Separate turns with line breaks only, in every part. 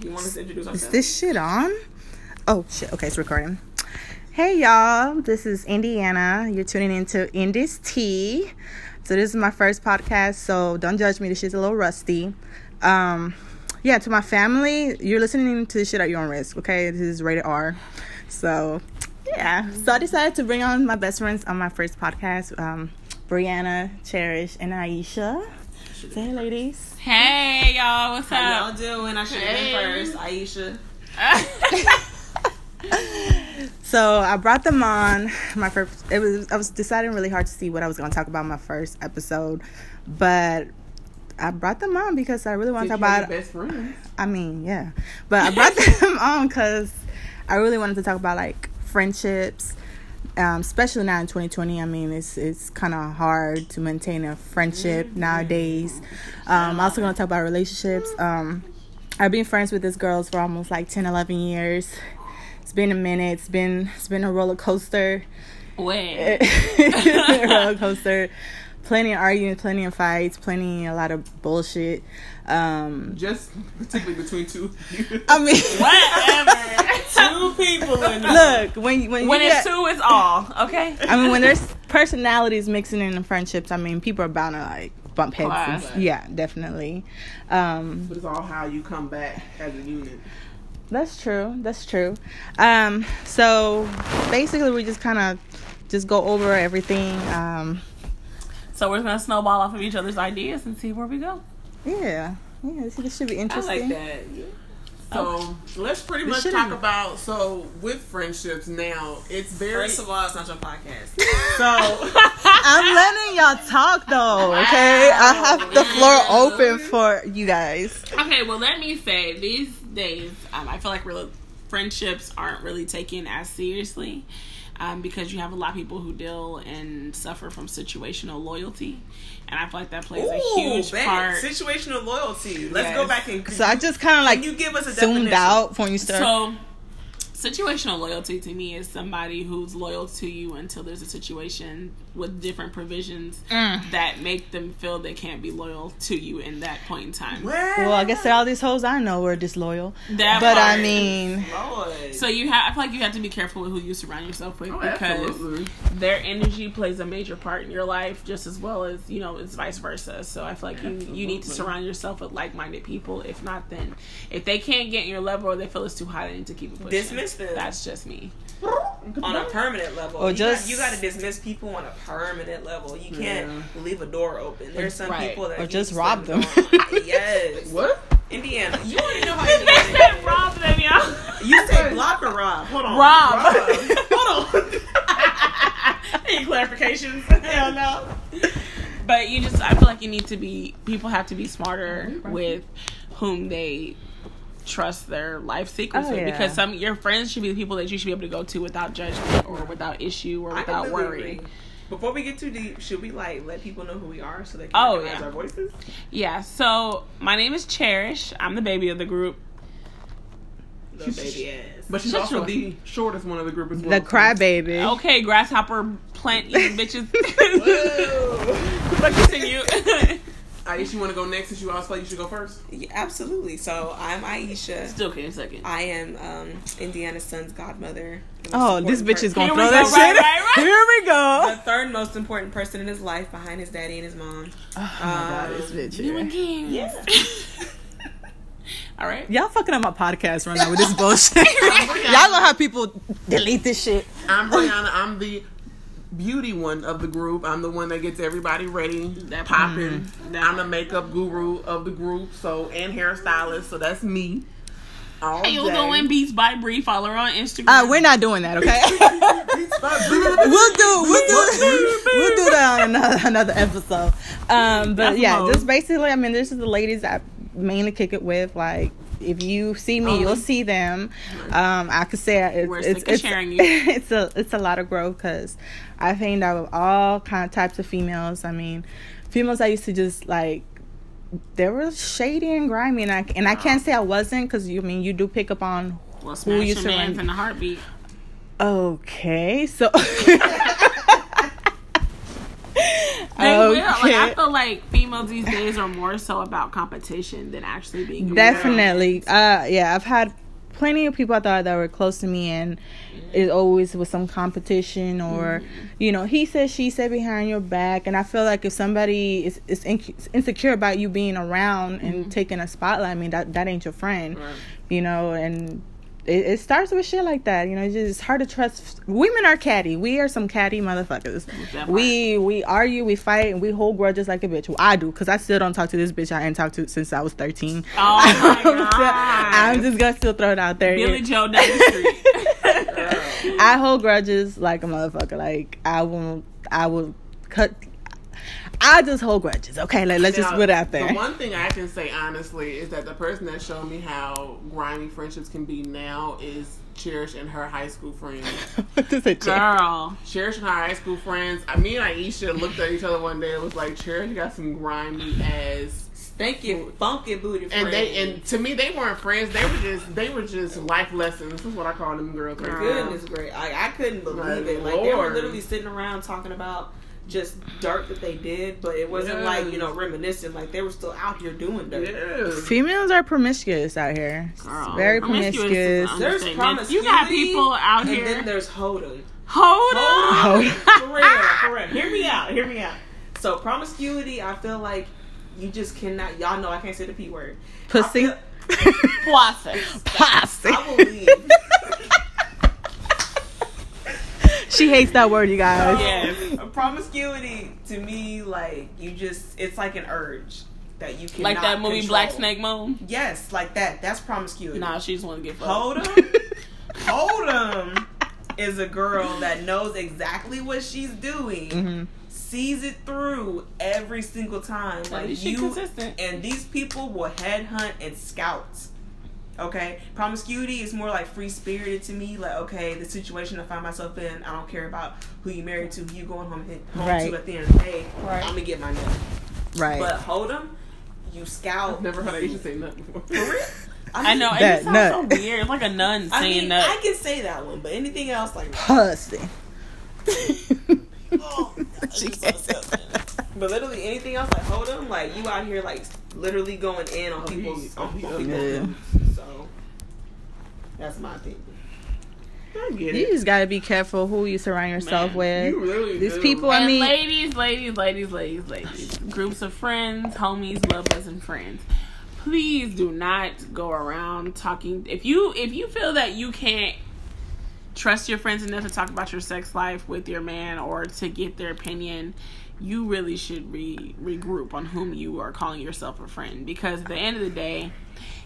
You want us to introduce
Is
ourselves?
this shit on? Oh shit. Okay, it's recording. Hey y'all, this is Indiana. You're tuning into Indies Tea. So this is my first podcast, so don't judge me. This shit's a little rusty. Um, yeah, to my family, you're listening to the shit at your own risk. Okay, this is rated R. So yeah, so I decided to bring on my best friends on my first podcast. Um, Brianna, Cherish, and Aisha. Say hey, ladies.
Hey y'all, what's
How y'all
up?
doing? I should have been first. Aisha.
So I brought them on my first. It was I was deciding really hard to see what I was going to talk about in my first episode, but I brought them on because I really want to talk
You have
about.
your best friends.
I mean, yeah, but I brought them on because I really wanted to talk about like friendships, um, especially now in 2020. I mean, it's it's kind of hard to maintain a friendship nowadays. Um, I'm also going to talk about relationships. Um, I've been friends with these girls for almost like 10, 11 years. It's been a minute. It's been it's been a roller coaster.
Wait,
It's been a roller coaster. Plenty of arguing, plenty of fights, plenty a lot of bullshit. Um,
Just particularly between two.
I mean,
whatever.
two people in
look when when,
when
you
it's
got-
two, it's all okay.
I mean, when there's personalities mixing in the friendships, I mean, people are bound to like bump heads. and-
Clash.
yeah, definitely. Um,
But it's all how you come back as a unit.
that's true. That's true. Um, so basically, we just kind of just go over everything. Um,
So we're gonna snowball off of each other's ideas and see where we go.
yeah, yeah. This, this should be
I
interesting.
Uh,
like that. So let's pretty
We
much
should've-
talk about so with friendships now it's very
First of all, it's not your podcast.
so
I'm letting y'all talk though. Okay, I have the floor open for you guys.
okay, well, let me say these days, um, I feel like real friendships aren't really taken as seriously um, because you have a lot of people who deal and suffer from situational loyalty, and I feel like that plays a huge part.
situational loyalty.
Let's go back
and
So I just kind of like
give us a
zoomed out when you start.
So, situational loyalty to me is somebody who's loyal to you until there's a situation with different provisions that make them feel they can't be loyal to you in that point in time.
well, I guess all these hoes I know were disloyal,
That
but I
part.
mean.
Lord.
So you have, I feel like you have to be careful with who you surround yourself with
Oh,
because
absolutely.
their energy plays a major part in your life, just as well as you know it's vice versa. So I feel like you you need to
Absolutely.
surround yourself with like minded people. If not, then if they can't get in your level or they feel it's too hot, they need to keep it pushing.
Dismiss them.
That's just me.
on a permanent level.
Or
you
just-
got, you got to dismiss people on a permanent level. You can't leave a door open. There's some
Right.
people that
Or
you
just
slam
rob
the
them.
door on. yes,
What?
Indiana. You,
You already know how
they said rob them, y'all.
you say block or rob?
Hold on.
Rob.
Hold on.
Any clarifications? Hell no. But you just, I feel like you need to be, people have to be smarter with whom they trust their life secrets
Oh,
with
yeah.
because some your friends should be the people that you should be able to go to without judgment or without issue or
I
without
completely
worry.
agree. Before we get too deep, should we like let people know who we are so they can
Oh,
recognize
yeah.
our voices?
Yeah. So my name is Cherish. I'm the baby of the group.
Little baby ass.
But she's
Shut
also
your-
the shortest one of the group as well.
The
too.
crybaby.
Okay, grasshopper plant eating bitches. but continue.
Aisha, you want to go next since you always play? You should go first.
Yeah, absolutely. So I'm Aisha.
Still can't second.
I am um, Indiana's son's godmother. The most
Oh, this
important
bitch
per-
is gonna
Here we
throw
go,
that
right,
shit.
right, right.
Here we
the
go.
third most important person in his life behind his daddy and his mom.
Oh
Um,
This bitch
You
here.
again. All right.
Y'all fucking up my podcast right now with this bullshit. Y'all know how people delete this shit.
I'm Brianna. I'm the beauty one of the group. I'm the one that gets everybody ready,
That- mm-hmm.
popping. I'm the makeup guru of the group, so and hairstylist. So that's me. All
Hey, you
day.
going Beats by Bree. Follow her on Instagram.
Uh, we're not doing that, okay? we'll do, we'll do, we'll do that on another, another episode. Um, but
That's
yeah,
mode.
just basically, I mean, this is the ladies I mainly kick it with. Like, if you see me, you'll see them. Um, I could say it,
We're
it's,
sick of
it's,
sharing you.
it's a it's a lot of growth because I hanged out with all kind of types of females. I mean, females I used to just like they were shady and grimy, and I and I can't say I wasn't because you I mean you do pick up on
Well, smash
you
your man's
surround-
in a heartbeat.
Okay, so.
They will. about like I
it.
feel like females these days are more so about competition than actually being good.
Definitely. Uh, yeah, I've had plenty of people I thought that were close to me, and it always was some competition or,
Mm-hmm.
you know, he said, she said behind your back. And I feel like if somebody is, is in- insecure about you being around
Mm-hmm.
and taking a spotlight, I mean, that, that ain't your friend, you know, and. It, it starts with shit like that, you know. It's just it's hard to trust. Women are catty. We are some catty motherfuckers.
That part.
We we argue, we fight, and we hold grudges like a bitch. Well, I do, cause I still don't talk to this bitch I ain't talked to since I was thirteen.
Oh my god.
I'm just gonna still throw it out there.
Billy Joe down the street.
I hold grudges like a motherfucker. Like I will, I will cut. I just hold grudges. Okay, like, let's just
Now,
put it out there.
The one thing I can say honestly is that the person that showed me how grimy friendships can be now is Cherish and her high school friends.
Just a check.
Girl.
Cherish and her high school friends. I mean, Aisha looked at each other one day and was like, "Cherish you got some grimy ass."
Stinky, funky booty friend.
And they and to me they weren't friends. They were just they were just life lessons. This is what I call them girls. right now.
goodness great. I, I couldn't believe
My
it. Like they
lord.
were literally sitting around talking about just dirt that they did, but it wasn't
Yes.
like you know reminiscent. Like they were still out here doing dirt.
Yes.
Females are promiscuous out here. It's
Girl.
Very
Promiscuous is
promiscuous.
an
There's
understatement.
promiscuity.
You got people out
And then
here.
there's holding.
Hold on.
Hold
for real, for real. Hear me out. Hear me out. So promiscuity, I feel like you just cannot. Y'all know I can't say the p word.
Pussy.
I
Process.
Pussy.
I will leave.
she hates that word, you guys.
yes. Promiscuity to me, like you just, it's like an urge that you can
Like that movie Black Snake Moan.
Yes, like that. That's promiscuity.
Nah, she just want to get fucked.
Hold 'em, hold 'em is a girl that knows exactly what she's doing,
Mhm.
sees it through every single time. Like
least she
you,
consistent.
and these people will headhunt and scout. Okay, promiscuity is more like free spirited to me. Like, okay, the situation I find myself in, I don't care about who you married to, who you going home, home
Right.
to at the end of the day.
Right.
I'm gonna get my nut.
Right.
But hold 'em, you scout.
Never heard Aisha say nothing before.
I know.
That
It sounds
nut.
so weird. It's like a nun
I
saying
mean,
nut.
I can say that one, but anything else like
Pussy.
Oh, that's
she
just
can't
so
say
disgusting.
that.
But literally anything else, like hold them, like you out here like literally going in
Oh,
on people's on people's
Yeah.
So that's my opinion.
I get
You
it.
just gotta be careful who you surround yourself
Man,
with.
You really
These
do.
people, I
and
mean,
ladies, ladies, ladies, ladies, ladies. Groups of friends, homies, lovers, and friends. Please do not go around talking. If you if you feel that you can't trust your friends enough to talk about your sex life with your man or to get their opinion, you really should re- regroup on whom you are calling yourself a friend. Because at the end of the day,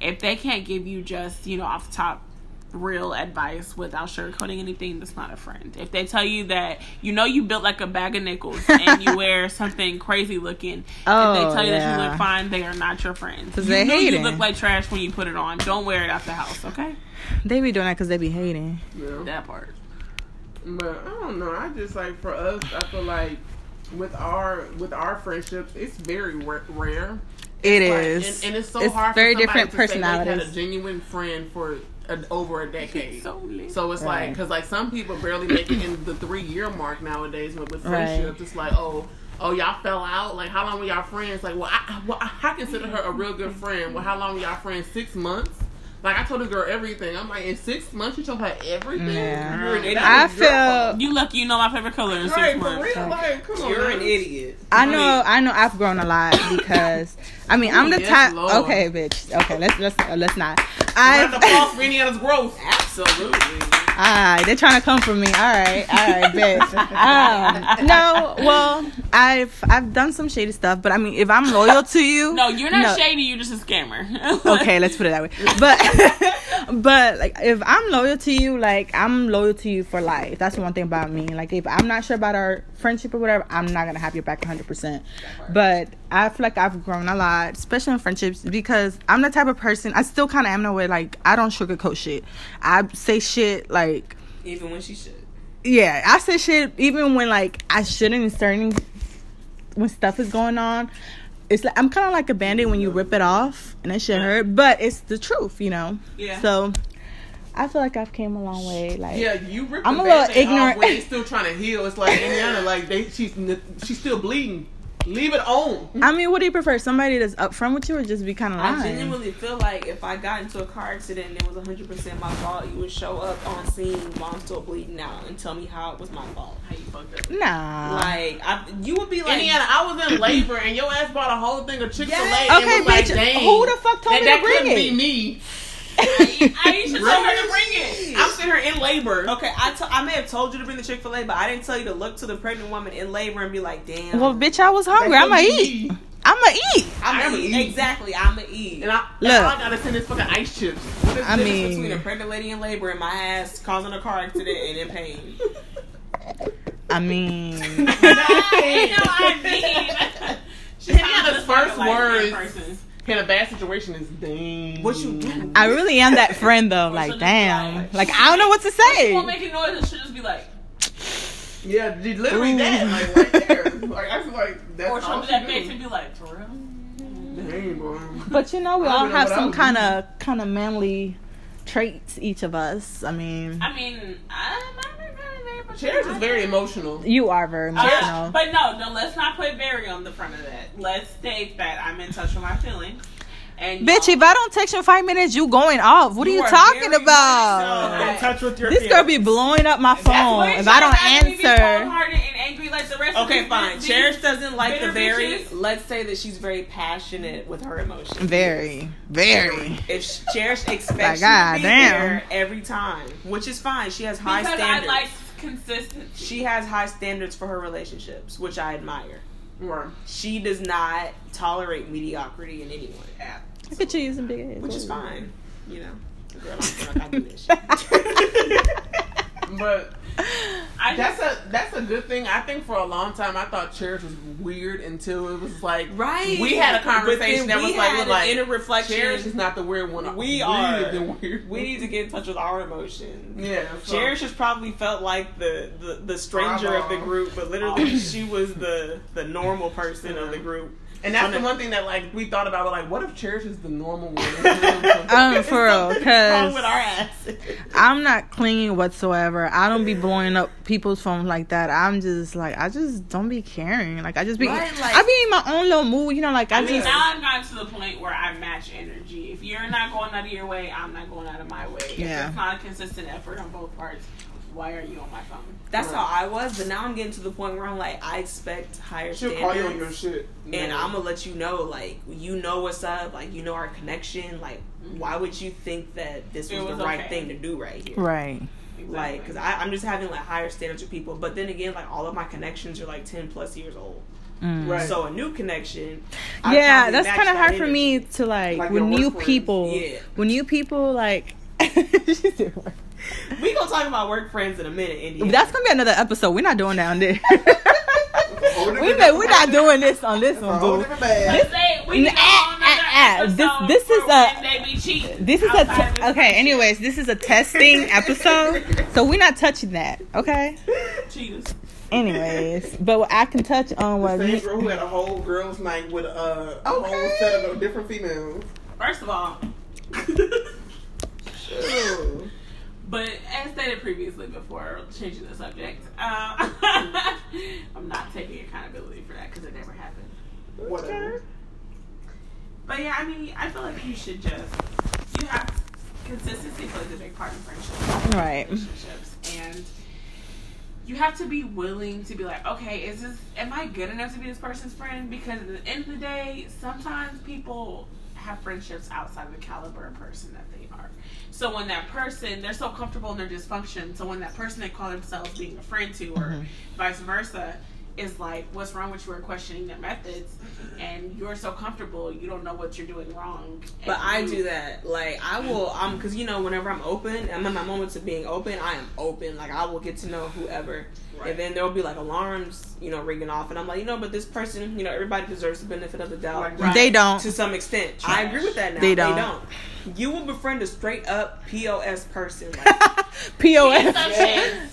if they can't give you just you know off the top real advice without sugarcoating anything that's not a friend. If they tell you that you know you built like a bag of nickels and you wear something crazy looking and
Oh,
they tell you that you
yeah.
look fine, they are not your friends. You
they
know you
hating.
look like trash when you put it on. Don't wear it out the house, okay?
they be doing that because they be hating.
Yeah.
That part.
But I don't know. I just like for us, I feel like with our with our friendships, it's very ra- rare.
It
Like,
is,
and, and it's so hard.
very
for somebody
different
to say they've
personalities.
had a genuine friend for a, over a decade.
So lit.
So it's like,
Right.
because like some people barely make it in the three year mark nowadays with, with
Right.
friendships. It's like, oh, oh, y'all fell out. Like, how long were y'all friends? Like, well, I, I- well, I I consider her a real good friend. Well, how long were y'all friends? Six months. Like I told the girl everything. I'm like, in six months you told her everything.
Yeah.
You're an idiot.
I
It's your fault.
feel,
You lucky you know my favorite color in six
Right, for
months.
real. Like, come on.
You're an
now.
idiot.
I know, I know, I've grown a lot because, I mean, I'm the
Yes,
type.
Lord.
Okay, bitch. Okay, let's let's uh, let's not.
Round of applause
I,
for Indiana's growth.
Absolutely.
I they're trying to come for me. All right, all right, bitch. Um, no, well, I've I've done some shady stuff, but I mean, if I'm loyal to you,
No, you're not
No.
shady, you're just a scammer.
okay, let's put it that way. But but like if I'm loyal to you, like I'm loyal to you for life. That's one thing about me. Like if I'm not sure about our friendship or whatever, I'm not gonna have your back 100. percent But I feel like I've grown a lot, especially in friendships, because I'm the type of person. I still kind of am in a way like I don't sugarcoat shit. I say shit like
Even when she should.
yeah, I say shit even when like I shouldn't in certain when stuff is going on. It's like I'm kind of like a bandit when you rip it off and that shit hurt, but it's the truth, you know.
Yeah.
So I feel like I've came a long way. Like
Yeah, you ripped
I'm a
the
little
Band-Aid off
ignorant.
when he's still trying to heal. It's like Indiana, like they, she's n- she's still bleeding. Leave it on.
I mean, what do you prefer? Somebody that's upfront with you, or just be kind of
I
lying?
genuinely feel like if I got into a car accident and it was 100% my fault, you would show up on scene while I'm still bleeding out and tell me how it was my fault.
How you fucked up?
nah.
Like, I, you would be like,
Indiana, I was in labor and your ass bought a whole thing of Chick Fil A.
Yes.
and
okay,
was like,
bitch.
Dang,
who the fuck told
that,
me
that
to bring
couldn't
it?
be me.
Aisha told her to bring it.
I'm sitting here in labor.
okay, I, to- I may have told you to bring the Chick fil A, but I didn't tell you to look to the pregnant woman in labor and be like, damn.
Well, bitch, I was hungry. I'ma eat. I'ma eat.
I'm
I'ma
gonna eat.
eat.
Exactly, I'm gonna eat.
And I,
Look.
and all I gotta send is fucking ice chips.
What is the
I
difference
mean-
between a pregnant lady in labor and my ass causing a car accident and in pain?
I mean,
You know I mean. She's
Indiana's first words. In a bad situation is dang.
What you do?
I really am that friend though. Like, damn. Like, I don't know what to
She won't
say.
make a noise and she'll just be like,
Yeah, d- literally that. Like right there. Like I feel like that's
or she'll
all
do
she
that face
do.
and be like, for real?
Dang, bro.
But you know, we
I don't
all
know
have
what I
some
would
kind of kind of manly traits. Each of us. I mean,
I mean, I'm not very good at very much.
Cherish is very emotional.
you are very
Uh,
emotional.
But no, no, let's not put very on the front of that. Let's state that I'm in touch with my feelings. And
Bitch,
y'all-
if I don't text you in five minutes, you going off. What are you
are
talking
very
about?
much so.
in touch with your
This girl be blowing up my phone if I don't answer.
Hard and angry like the rest of
Okay,
these-
fine.
these-
Cherish doesn't like the
bitter
very.
bitches.
Let's say that she's very passionate with her emotions.
Very, very.
If she- Cherish
Like,
expects you to be
goddamn.
there every time, which is fine. She has high
Because I
standards.
like consistency.
she has high standards for her relationships, which I admire.
Right.
She does not tolerate mediocrity in anyone,
Look at you using big ass.
which is
words.
fine. You know, girl, I feel like I do this shit.
But
I just,
that's a that's a good thing. I think for a long time I thought Cherish was weird until it was like
Right.
We had a
But
conversation
then
that
we
was like,
had
we're
an
like
inner reflection.
Cherish is not the weird one.
We
are
are.
the weird.
We need to get in touch with our emotions.
yeah. so-
Cherish has probably felt like the, the, the stranger of the group, but literally she was the, the normal person of the group.
and that's the
Kinda-
one thing that like we thought about. We're like, what if Cherish is the normal one?
Um, for real,
Wrong with our
cause
ass.
I'm not clingy whatsoever. I don't be blowing up people's phones like that. I'm just like, I just don't be caring. Like, I just be,
Right, like-
I be in my own little mood. You know, like I,
I mean,
just,
now I've gotten to the point where I match energy. If you're not going out of your way, I'm not going out of my way.
Yeah.
If it's not a consistent effort on both parts, why are you on my phone?
That's how I was, but now I'm getting to the point where I'm like, I expect higher
She'll
standards.
call you on your shit.
and
No.
I'm gonna let you know, like, you know what's up, like, you know our connection. Like, why would you think that this
It
was,
was
the right
okay.
thing to do right here?
right.
Like, because I'm just having like higher standards with people, but then again, like, all of my connections are like 10 plus years old.
right.
So a new connection. I
Mm. yeah,
probably
that's
match
kind of
that
hard for
energy.
me to like,
Like
with
your
new
work friends.
people.
Yeah.
With new people, like. She's doing work.
We gonna talk about work friends in a minute, India.
That's gonna be another episode. We're not doing that on this.
Oh,
Hold it
we
in
may,
the-
we're not doing this on this one,
hold
boo.
it in the bag.
Let's say we
N-
can go on
ah, ah, ah.
another
This-
episode
this is uh,
for
a-
when they be cheating
This is a
outside of
t- okay. Anyways, this is a testing episode, so we're not touching that. Okay.
Cheaters.
Anyways, but what I can touch on was
Same girl who had a whole girls' night with uh, a whole
Okay.
set of different females.
First of all, but as stated previously before changing the subject, um, I'm not taking accountability for that because it never happened.
Whatever.
But yeah, I mean, I feel like you should just you have consistency plays a big part in friendships.
right.
relationships and you have to be willing to be like okay is this am i good enough to be this person's friend because at the end of the day sometimes people have friendships outside of the caliber of person that they are so when that person they're so comfortable in their dysfunction so when that person they call themselves being a friend to or vice versa is like what's wrong with you or questioning their methods and you're so comfortable you don't know what you're doing wrong
But
and
I
you-
do that. Like I will, um, because you know, whenever I'm open, I'm in my moments of being open. I am open. Like I will get to know whoever, and then there will be like alarms, you know, ringing off, and I'm like, you know, but this person, you know, everybody deserves the benefit of the doubt.
Right.
They don't.
To some extent, I agree with that. Now
They
they
don't.
don't. You will befriend a straight up pos person, like,
Pos.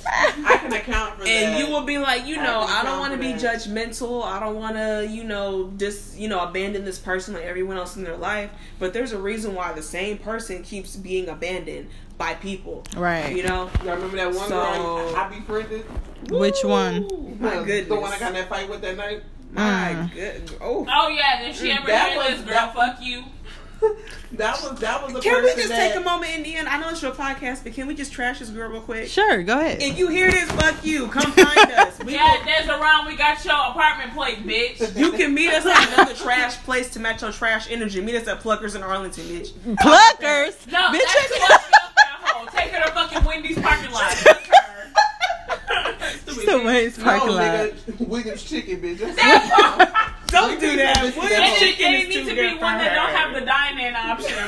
I can account for that.
and you will be like, you know,
I
I
agree
don't want to be
with
judgmental. I don't want to, you know, just you know, abandon this person like everyone else in their life. But there's a reason why the same person keeps being abandoned by people. You
Right.
know,
Y'all remember that
So-
one girl I I befriended?
Which one? Mm.
my
The-
goodness.
The one I got in that fight with that night?
My good. Oh.
Oh yeah, and if she ever
That
hear
was-
this, girl,
that-
fuck you.
That was that was a
Can we
person
just
that-
take a moment in the end? I know it's your podcast, but can we just trash this girl real quick?
Sure, go ahead.
If you hear this, fuck you. Come find us. We
Yeah, there's around. We got your apartment plate, bitch.
will- you can meet us at another trash place to match your trash energy. Meet us at Pluckers in Arlington, bitch.
Pluckers.
No,
Bitch,
that's
I-
too much milk in that hole. Take her to fucking Wendy's parking lot. Fuck her.
So Wendy's parking lot.
nigga, Wiggins chicken, bitch. That's-
Don't do that. What
And
is
it,
chicken
and
is
it needs to
too good
be
for
one that don't
her.
have the dine-in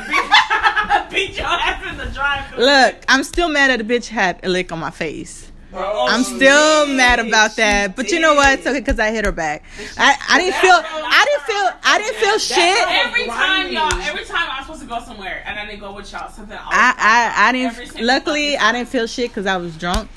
option. Beat, beat your ass in the drive-thru.
Look, I'm still mad at the bitch had a lick on my face.
Oh,
I'm still mad about that, but you know what? It's okay because I hit her back. I, I didn't feel I didn't feel I didn't feel shit.
Every time y'all, every time I'm supposed to go somewhere and I didn't go with y'all, something always
I I, I
Every
didn't.
single
Luckily,
fucking
I didn't feel shit because I was drunk.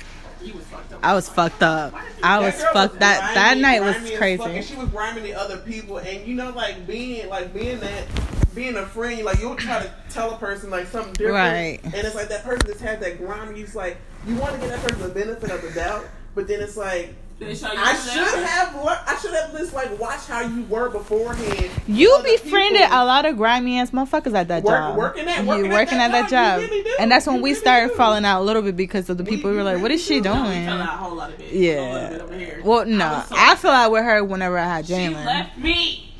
you was fucked up.
I was fucked up. I was fucked. That that
grimy,
night was
grimy as fuck, and
crazy.
she was rhyming to other people, and you know, like being like being that being a friend, you, like you'll try to tell a person like something different,
Right.
And it's like that person just has that grimy. It's like you want to get that person the benefit of the doubt, but then it's like.
They show you
I
something.
should have learned. I should have just like watched how you were beforehand.
You
Other
befriended a
people-
lot of grimy ass motherfuckers at that
Work-
job.
working at-
You
working at
working
that
at that
job,
job,
you really do.
and that's when
You
we
really
started
do.
falling out a little bit because of the people
you
who were like, "What is she
really
No,
do.
we Oh, fell
doing?"
out a whole lot of it. A whole lot of it over
Yeah.
here.
Well, no,
I
I,
was so-
fell out with her whenever I had
You
Jalen.
left me.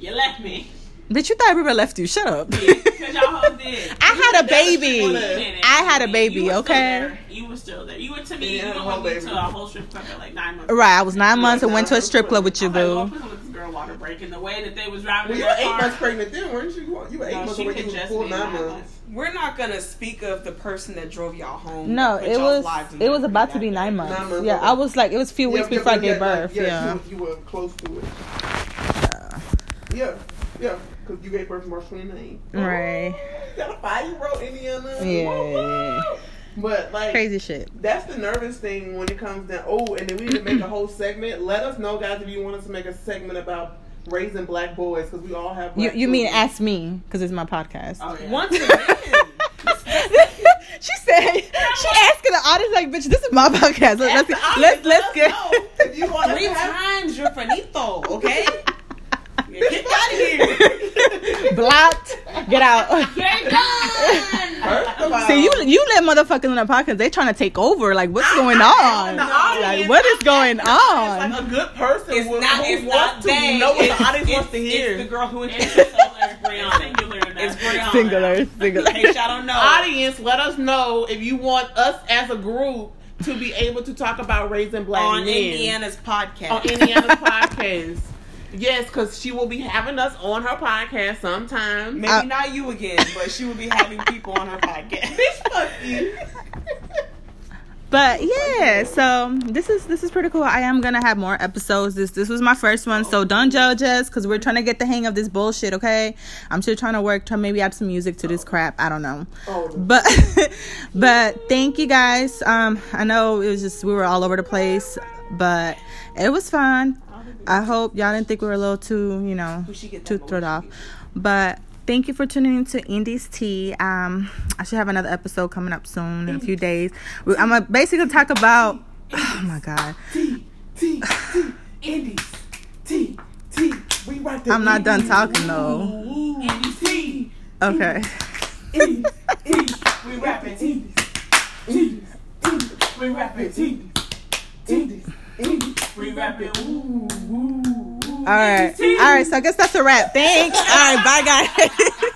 You left me.
Bitch, you thought everybody left you. Shut up.
Because y'all hoes did.
I had a
You
baby.
did
it.
I had a
You were
baby,
still
okay?
there. You were still there. You were to me.
Yeah,
you
the
went
whole
with me
baby.
to a whole strip club at like nine months.
Right, I was nine months and went to a strip club with you,
I was like,
boo.
well, I'm gonna let this girl water break. And the way that they was driving in
Well, you were
their
eight
car,
months pregnant then, weren't you? You were eight
no,
months
she
away.
could
You was
just
full
be
nine
nine
months.
months.
We're not gonna speak of the person that drove y'all home.
No,
and put
it
y'all's
was
lives in
it was
jeopardy
about to be
that
nine
day.
months.
Nine months,
yeah,
okay.
I was like it was a few weeks
Yeah,
before I
yeah,
gave
yeah,
birth.
yeah,
yeah.
You, were, you were close to it. Yeah, yeah, because you gave birth March 29th.
Right.
You got a five year old Indiana.
Yeah.
But, like,
Crazy shit.
that's the nervous thing when it comes down. Oh, and then we need to make a whole segment. Let us know, guys, if you want us to make a segment about raising black boys, because we all have
You
black
you mean
children.
ask me because it's my podcast.
Oh, yeah.
Once again,
she said she asking the audience like, bitch, this is my podcast. Let's let's let's, let's get.
If you want us
three
to have.
times your finito, okay? Get out of here.
Blocked. Get out.
You're done.
First of all,
See you you let motherfuckers in the podcast. They trying to take over. Like what's going on?
the audience.
Like what is going on?
a good person
It's
will,
not.
who
It's
wants
not
to
they.
know what
It's-
the audience wants to
it's-
hear.
It's the girl who
It's
introduced
singular, Brianna. Singular.
It's
It's
Brianna.
Singular, singular.
In case y'all don't know,
audience, let us know if you want us as a group to be able to talk about raising black
on
men
Indiana's podcast.
on Indiana's podcast. Yes, because she will be having us on her podcast sometime.
Maybe
Uh,
not you again, but she will be having people on her podcast.
Bitch, fuck you.
But yeah, so this is this is pretty cool. I am gonna have more episodes. This this was my first one, so don't judge us because we're trying to get the hang of this bullshit. Okay, I'm still trying to work, try maybe add some music to this crap. I don't know, but but thank you guys. Um, I know it was just we were all over the place, but it was fun. I hope y'all didn't think we were a little too you know too thrown off, but. Thank you for tuning in to Indies Tea. Um, I should have another episode coming up soon in a few days. We- I'm gonna basically talk about. Oh my god,
T, T, Indies. T, T. We rock the
I'm not done talking though.
Indies. T,
Okay.
Indies. Indies. We rapping Indies. Indies. Indies. We rapping Indies. Indies. Indies. We rapping ooh, ooh, ooh.
All right. All right. So I guess that's a wrap. Thanks. All right. Bye, guys.